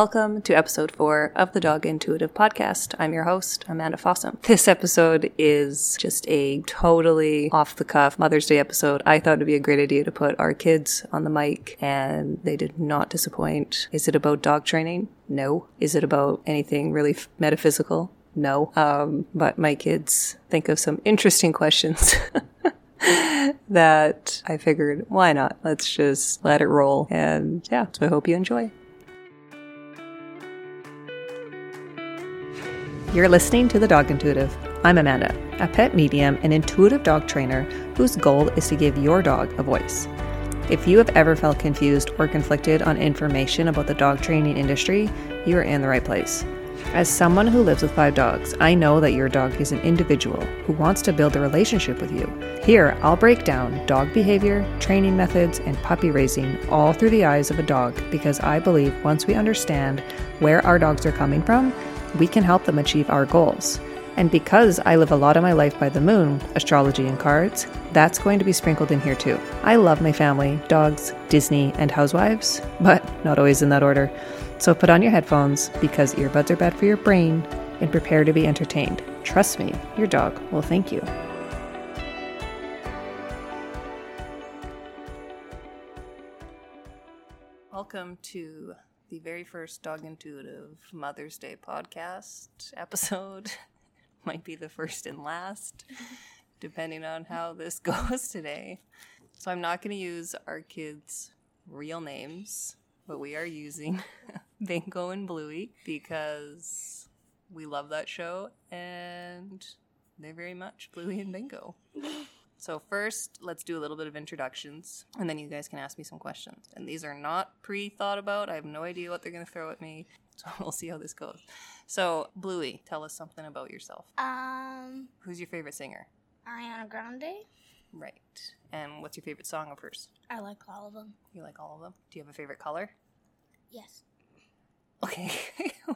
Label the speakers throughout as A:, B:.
A: Welcome to episode four of the Dog Intuitive Podcast. I'm your host, Amanda Fossum. This episode is just a totally off the cuff Mother's Day episode. I thought it'd be a great idea to put our kids on the mic, and they did not disappoint. Is it about dog training? No. Is it about anything really f- metaphysical? No. Um, but my kids think of some interesting questions. that I figured, why not? Let's just let it roll. And yeah, so I hope you enjoy. You're listening to The Dog Intuitive. I'm Amanda, a pet medium and intuitive dog trainer whose goal is to give your dog a voice. If you have ever felt confused or conflicted on information about the dog training industry, you are in the right place. As someone who lives with five dogs, I know that your dog is an individual who wants to build a relationship with you. Here, I'll break down dog behavior, training methods, and puppy raising all through the eyes of a dog because I believe once we understand where our dogs are coming from, we can help them achieve our goals. And because I live a lot of my life by the moon, astrology and cards, that's going to be sprinkled in here too. I love my family, dogs, Disney, and housewives, but not always in that order. So put on your headphones because earbuds are bad for your brain and prepare to be entertained. Trust me, your dog will thank you. Welcome to the very first Dog Intuitive Mother's Day podcast episode. Might be the first and last, depending on how this goes today. So I'm not going to use our kids' real names, but we are using Bingo and Bluey because we love that show and they're very much Bluey and Bingo. So first, let's do a little bit of introductions, and then you guys can ask me some questions. And these are not pre-thought about. I have no idea what they're going to throw at me, so we'll see how this goes. So, Bluey, tell us something about yourself.
B: Um,
A: Who's your favorite singer?
B: Ariana Grande.
A: Right. And what's your favorite song of hers?
B: I like all of them.
A: You like all of them? Do you have a favorite color?
B: Yes.
A: Okay.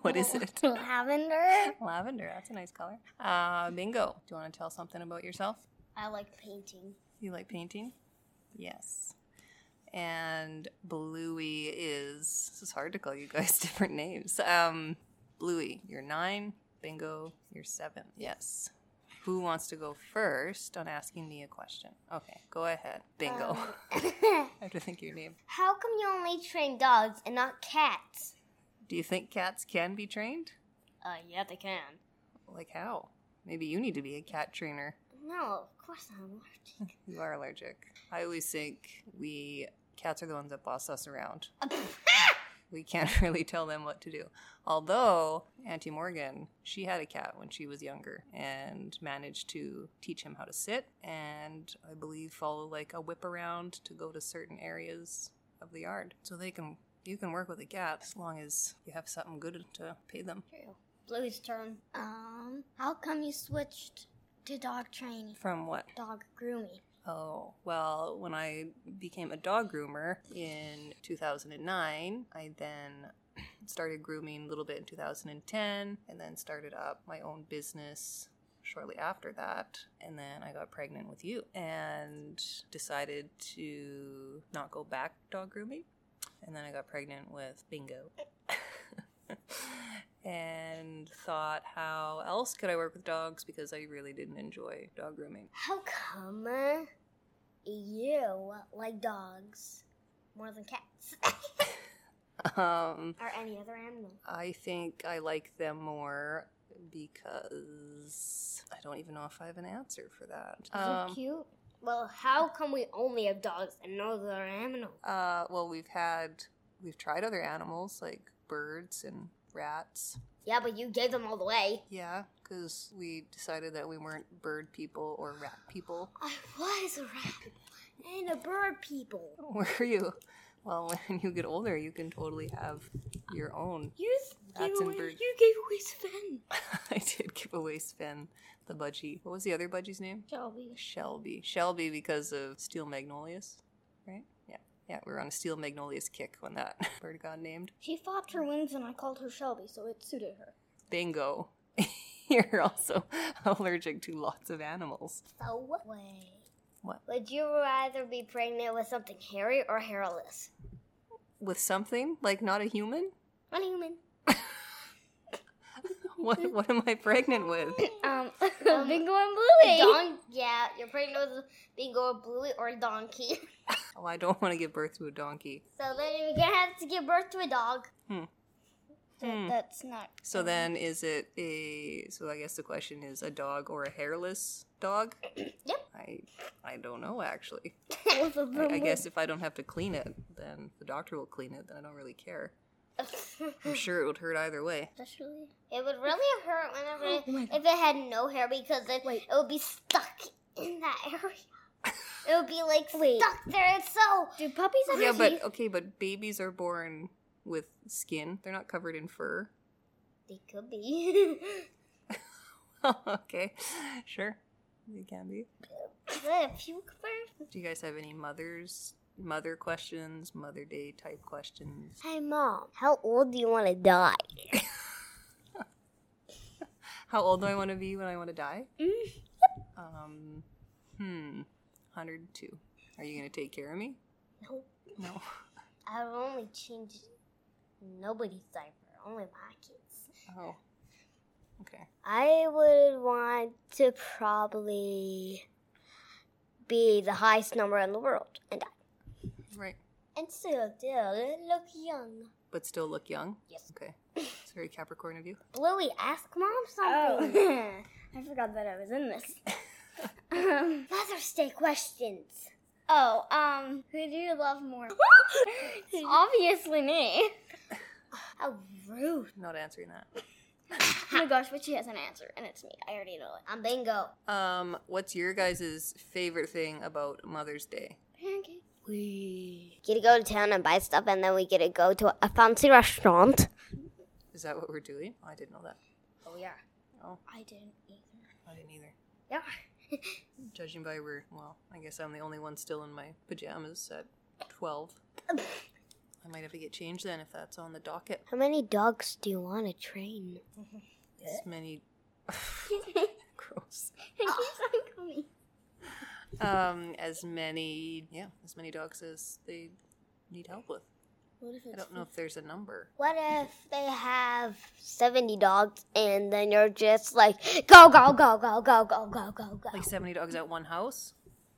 A: what is it?
B: Lavender.
A: Lavender. That's a nice color. Uh, bingo. Do you want to tell something about yourself?
B: I like painting.
A: You like painting? Yes. And Bluey is this is hard to call you guys different names. Um Bluey, you're nine, bingo, you're seven. Yes. Who wants to go first on asking me a question? Okay, go ahead. Bingo. I have to think of your name.
B: How come you only train dogs and not cats?
A: Do you think cats can be trained?
B: Uh, yeah, they can.
A: Like how? Maybe you need to be a cat trainer.
B: No, of course not. I'm allergic.
A: You are allergic. I always think we cats are the ones that boss us around. we can't really tell them what to do. Although Auntie Morgan, she had a cat when she was younger and managed to teach him how to sit and I believe follow like a whip around to go to certain areas of the yard. So they can you can work with a cat as long as you have something good to pay them.
B: True. Bluey's turn. Um, how come you switched to dog training?
A: From what?
B: Dog grooming.
A: Oh, well, when I became a dog groomer in 2009, I then started grooming a little bit in 2010 and then started up my own business shortly after that. And then I got pregnant with you and decided to not go back dog grooming. And then I got pregnant with Bingo. and thought, how else could I work with dogs? Because I really didn't enjoy dog grooming.
B: How come uh, you like dogs more than cats
A: Um,
B: or any other animal?
A: I think I like them more because I don't even know if I have an answer for that. Um,
B: cute? Well, how come we only have dogs and no other animals?
A: uh, well, we've had we've tried other animals like birds and rats.
B: Yeah, but you gave them all the way.
A: Yeah, because we decided that we weren't bird people or rat people.
B: I was a rat and a bird people.
A: Were you? Well, when you get older, you can totally have your own.
B: You
A: Rats and bird.
B: you gave away Sven.
A: I did give away Sven the budgie. What was the other budgie's name?
B: Shelby.
A: Shelby. Shelby because of Steel Magnolias, right? Yeah. Yeah, we were on a Steel Magnolias kick when that bird got named.
B: She flopped her wings and I called her Shelby, so it suited her.
A: Bingo. You're also allergic to lots of animals.
B: So what? Wait.
A: What?
B: Would you rather be pregnant with something hairy or hairless?
A: With something? Like not a human?
B: One human.
C: What what am I pregnant with?
D: Um,
B: Um,
D: Bingo and Bluey.
B: Don. Yeah, you're pregnant with bingo, bluey, or donkey.
C: Oh, I don't want to give birth to a donkey.
B: So then you're gonna have to give birth to a dog.
D: Hmm. That-
C: Hmm.
D: That's not.
C: So then is it a so I guess the question is a dog or a hairless dog?
B: Yep.
C: I I don't know actually.
D: Both of
C: I,
D: them.
C: I
D: would-
C: guess if I don't have to clean it, then the doctor will clean it, then I don't really care. I'm sure it would hurt either way.
D: Especially.
B: It would really hurt whenever it,
D: Oh my
B: if it had no hair because it,
D: Wait.
B: it would be stuck in that area. It would be like
D: Wait.
B: stuck there. It's so
D: Do puppies have
C: Yeah,
D: teeth?
C: but okay, but babies are born with skin. They're not covered in fur.
B: they could be.
C: okay. Sure. They can be.
B: Is that a puke bird?
C: Do you guys have any mothers mother questions, mother day type questions?
B: Hey mom, how old do you want to die?
C: How old do I want to be when I want to die? Um, hmm, 102. Are you going to take care of me?
B: No,
C: No.
B: I've only changed nobody's diaper, only my kids.
C: Oh. Okay.
B: I would want to probably be the highest number in the world and die.
C: Right.
B: And still, still look young.
C: But still look young?
B: Yes.
C: Okay. It's very Capricorn of you.
B: Bluey, ask mom something.
D: Oh. I forgot that I was in this. um,
B: Mother's Day questions.
D: oh, um, who do you love more? Obviously me.
B: How rude.
C: Not answering that.
D: Oh my gosh, but she has an answer, and it's me. I already know it.
B: I'm bingo.
C: Um, what's your guys' favorite thing about Mother's Day?
D: Pancake.
B: Get to go to town and buy stuff, and then we get to go to a fancy restaurant.
C: Is that what we're doing? I didn't know that.
D: Oh yeah.
C: Oh.
D: I didn't either.
C: I didn't either.
D: Yeah.
C: Judging by we're well, I guess I'm the only one still in my pajamas at twelve. I might have to get changed then if that's on the docket.
B: How many dogs do you want to train?
C: As many gross.
D: It keeps on coming.
C: Um, as many yeah, as many dogs as they need help with.
D: What if
C: I
D: it's
C: don't know if there's a number.
B: What if they have 70 dogs and then you're just like, go, go, go, go, go, go, go, go, go?
C: Like seventy dogs at one house?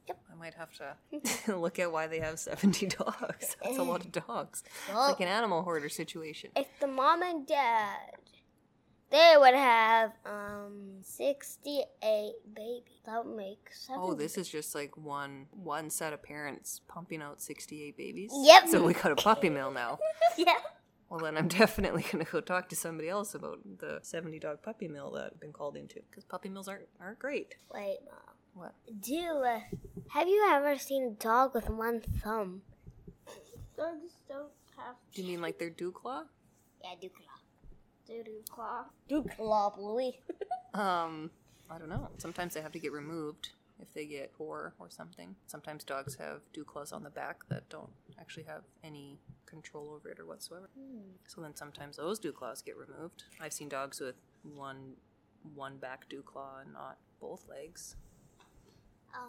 C: Yep. I might have to look at why they have seventy dogs. That's a lot of dogs.
B: Well-
C: it's like an animal hoarder situation.
B: If the mom and dad, they would have um 68 babies. That would make sense.
C: Oh, this is just like one one set of parents pumping out sixty eight babies.
B: Yep.
C: So we got a puppy mill now.
B: yeah.
C: Well, then I'm definitely gonna go talk to somebody else about the seventy dog puppy mill that I've been called into because puppy mills aren't aren't great.
B: Wait, mom.
C: What?
B: Do uh, have you ever seen a dog with one thumb?
D: Dogs don't have
C: Do you mean like their dew claw?
B: Yeah, do claw.
D: doo doo claw.
B: Do claw, Bluey.
C: Um, I don't know. Sometimes they have to get removed if they get poor or something. Sometimes dogs have dew claws on the back that don't actually have any control over it or whatsoever. So then sometimes those dew claws get removed. I've seen dogs with one one back dew claw and not both legs.
B: Oh.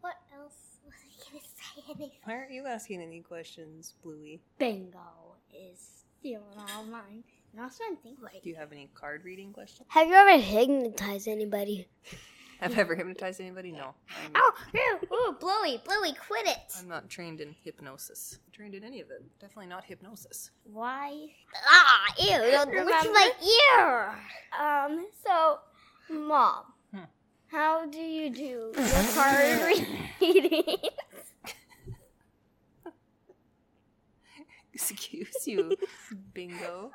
B: What else was I gonna say? Anything?
C: Why aren't you asking any questions, Bluey?
D: Bingo is stealing all mine. And also, I'm thinking,
C: Do you have any card reading questions?
B: Have you ever hypnotized anybody?
C: Have I ever hypnotized anybody? No. I'm,
D: oh, ew, ooh, Bluey, Bluey, quit it.
C: I'm not trained in hypnosis. Trained in any of it. Definitely not hypnosis.
D: Why?
B: Ah, ew! Don't look at
D: Remember?
B: my ear.
D: Um, so, Mom,
C: Hmm.
D: how do you do your card reading?
C: Excuse you, bingo.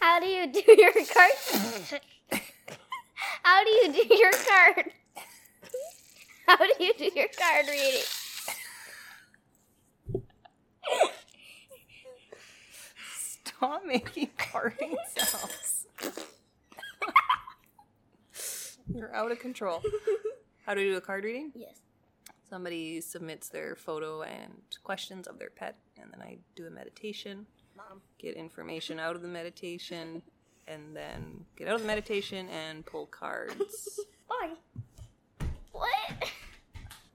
D: How do you do your card? how do you do your card? How do you do your card reading?
C: Stop making farting sounds. You're out of control. How do we do a card reading?
D: Yes.
C: Somebody submits their photo and questions of their pet, and then I do a meditation.
D: Mom.
C: Get information out of the meditation, and then get out of the meditation and pull cards.
D: Why? What?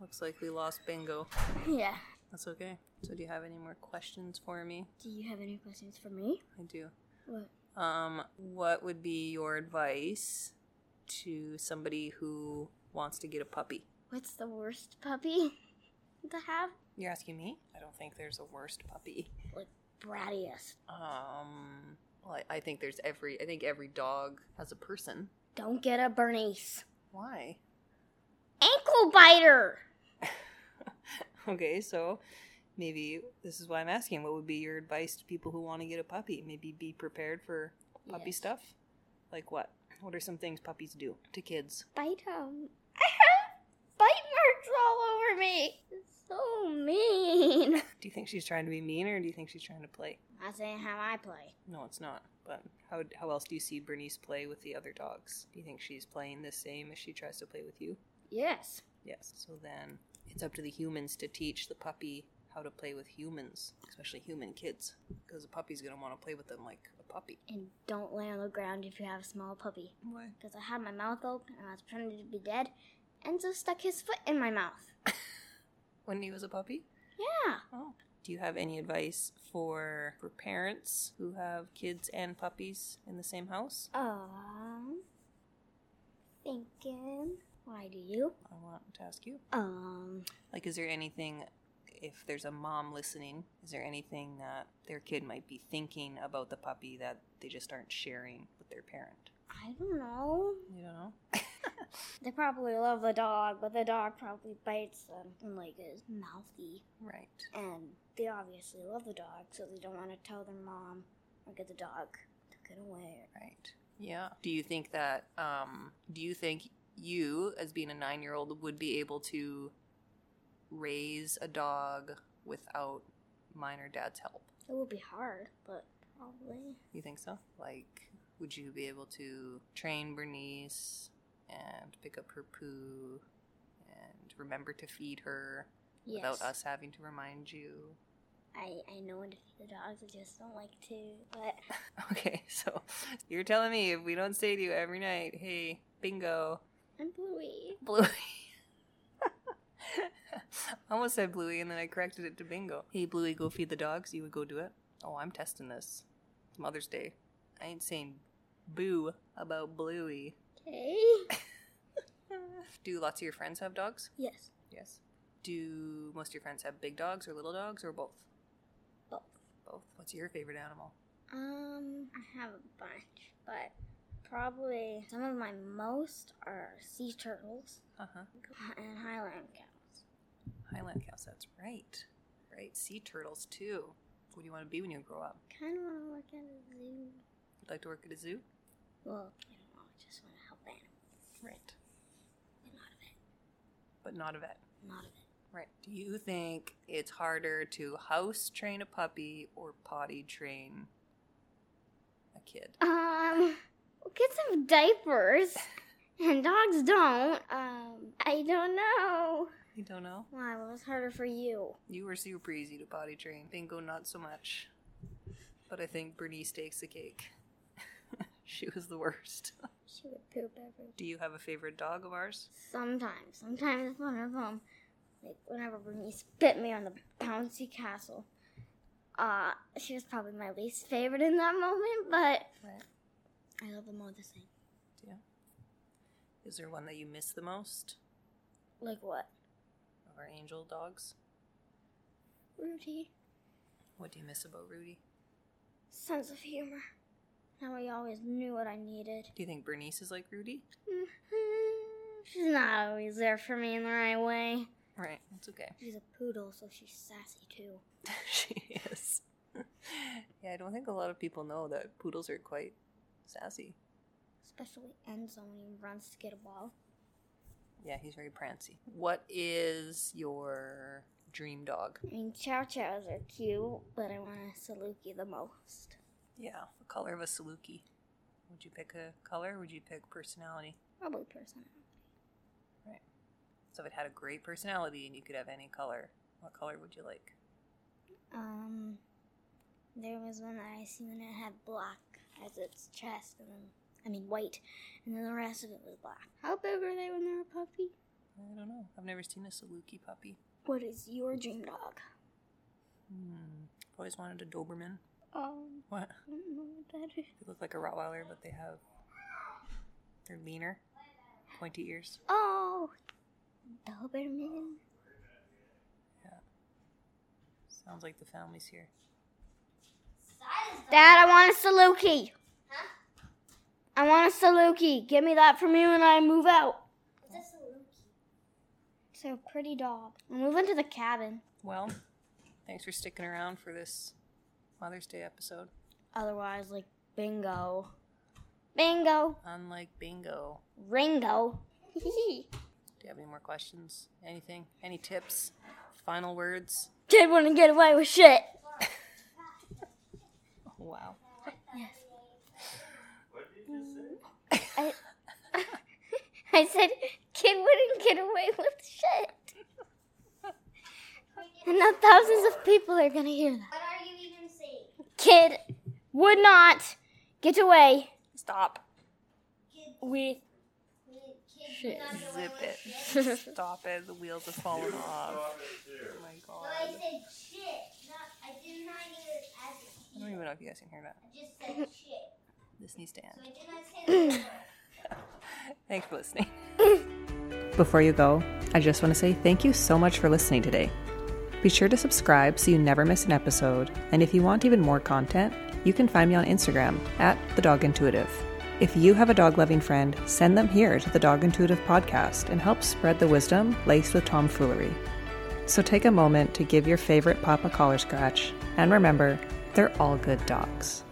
C: Looks like we lost bingo.
D: Yeah.
C: That's okay. So, do you have any more questions for me?
D: Do you have any questions for me?
C: I do.
D: What?
C: Um, what would be your advice to somebody who wants to get a puppy?
D: What's the worst puppy to have?
C: You're asking me? I don't think there's a worst puppy.
B: Like brattiest.
C: Um, well, I, I think there's every. I think every dog has a person.
B: Don't get a Bernice.
C: Why?
B: Ankle biter.
C: okay, so maybe this is why I'm asking. What would be your advice to people who want to get a puppy? Maybe be prepared for puppy
B: Yes.
C: stuff. Like what? What are some things puppies do to kids?
D: Bite him. I have bite marks all over me. It's so mean.
C: Do you think she's trying to be mean, or do you think she's trying to play?
B: Not saying how I play.
C: No, it's not. But how how else do you see Bernice play with the other dogs? Do you think she's playing the same as she tries to play with you?
B: Yes.
C: Yes. So then it's up to the humans to teach the puppy how to play with humans, especially human kids, because a puppy's gonna want to play with them like a puppy.
B: And don't lay on the ground if you have a small puppy.
C: Why?
B: Because I had my mouth open and I was pretending to be dead. Enzo stuck his foot in my mouth.
C: When he was a puppy.
B: Yeah.
C: Oh. Do you have any advice for for parents who have kids and puppies in the same house?
B: Um. Thinking. Why do you?
C: I want to ask you.
B: Um.
C: Like, is there anything, if there's a mom listening, is there anything that their kid might be thinking about the puppy that they just aren't sharing with their parent?
B: I don't know.
C: You don't know?
B: They probably love the dog, but the dog probably bites them and like is mouthy.
C: Right.
B: And they obviously love the dog, so they don't want to tell their mom or get the dog took it away.
C: Right. Yeah. Do you think that, um, do you think you, as being a nine year old, would be able to raise a dog without mine or dad's help?
B: It would be hard, but probably.
C: You think so? Like, would you be able to train Bernice and pick up her poo and remember to feed her
B: Yes.
C: without us having to remind you?
B: I, I know when to feed the dogs, I just don't like to. But
C: Okay, so you're telling me if we don't say to you every night, hey, bingo,
B: I'm Bluey.
C: Bluey. I almost said Bluey and then I corrected it to bingo. Hey, Bluey, go feed the dogs. You would go do it? Oh, I'm testing this. It's Mother's Day. I ain't saying boo about Bluey.
B: Okay.
C: Do lots of your friends have dogs?
B: Yes.
C: Yes. Do most of your friends have big dogs or little dogs or both?
B: Both.
C: Both. What's your favorite animal?
B: Um, I have a bunch, but probably some of my most are sea turtles
C: Uh huh.
B: and Highland cows.
C: Highland cows, that's right. Right. Sea turtles, too. What do you want to be when you grow up?
B: Kind of want to work at a zoo.
C: You'd like to work at a zoo?
B: Well, I don't know. I just want to help animals.
C: Right.
B: I'm not a vet.
C: But not a vet.
B: I'm not a vet.
C: Right. Do you think it's harder to house train a puppy or potty train a kid?
D: Um, kids have diapers, and dogs don't. Um, I don't know.
C: You don't know?
B: Why? Well, it's harder for you.
C: You were super easy to potty train. Bingo, not so much. But I think Bernice takes the cake. she was the worst.
B: She would poop every.
C: Do you have a favorite dog of ours?
B: Sometimes, sometimes one of them, like whenever Bernice bit me on the bouncy castle, uh, she was probably my least favorite in that moment. But
C: Right.
B: I love them all the same.
C: Yeah. Is there one that you miss the most
B: Like what?
C: of our angel dogs?
B: Rudy,
C: What do you miss about Rudy?
B: sense of humor. How he always knew what I needed.
C: Do you think Bernice is like Rudy?
B: She's not always there for me in the right way.
C: Right. That's okay.
B: She's a poodle, so she's sassy too.
C: she is. yeah, I don't think a lot of people know that poodles are quite sassy.
B: Especially Enzo when he runs to get a ball.
C: Yeah, he's very prancy. What is your dream dog?
B: I mean, chow chows are cute, but I want a Saluki the most.
C: Yeah, the color of a Saluki. Would you pick a color? Or would you pick personality?
B: Probably personality.
C: Right. So if it had a great personality and you could have any color, what color would you like?
B: Um, there was one that I seen and it had black as its chest, and then I mean white, and then the rest of it was black. How big were they when they were a puppy?
C: I don't know. I've never seen a Saluki puppy.
B: What is your dream dog?
C: Hmm. I've always wanted a Doberman.
B: Um,
C: What?
B: I don't know what that is.
C: They look like a Rottweiler, but they have they're leaner, pointy ears.
B: Oh, Doberman.
C: Sounds like the family's here.
D: Dad, I want a Saluki. Huh? I want a Saluki. Give me that for me when I move out.
B: It's a pretty dog. I'm moving to the cabin.
C: Well, thanks for sticking around for this Mother's Day episode.
B: Otherwise, like bingo, bingo,
C: Unlike bingo,
B: Ringo.
C: do you have any more questions? Anything? Any tips? Final words?
B: Kid wouldn't get away with shit.
C: Oh, wow.
D: I said, kid wouldn't get away with shit.
B: And now thousands of people are gonna hear that.
D: What are you even saying?
B: Kid would not get away
C: Stop.
B: with
D: Shit.
C: Zip it. Stop it. The wheels have fallen off. Oh my
D: I
C: god.
D: said shit. Not, I did not even ask it.
C: I don't even know if you guys can hear that.
D: I just said shit.
C: This needs to end.
D: I did not say that.
C: Thanks for listening.
A: Before you go, I just want to say thank you so much for listening today. Be sure to subscribe so you never miss an episode. And if you want even more content, you can find me on Instagram at The Dog Intuitive. If you have a dog loving friend, send them here to the Dog Intuitive podcast and help spread the wisdom laced with tomfoolery. So take a moment to give your favorite pop a collar scratch, and remember, they're all good dogs.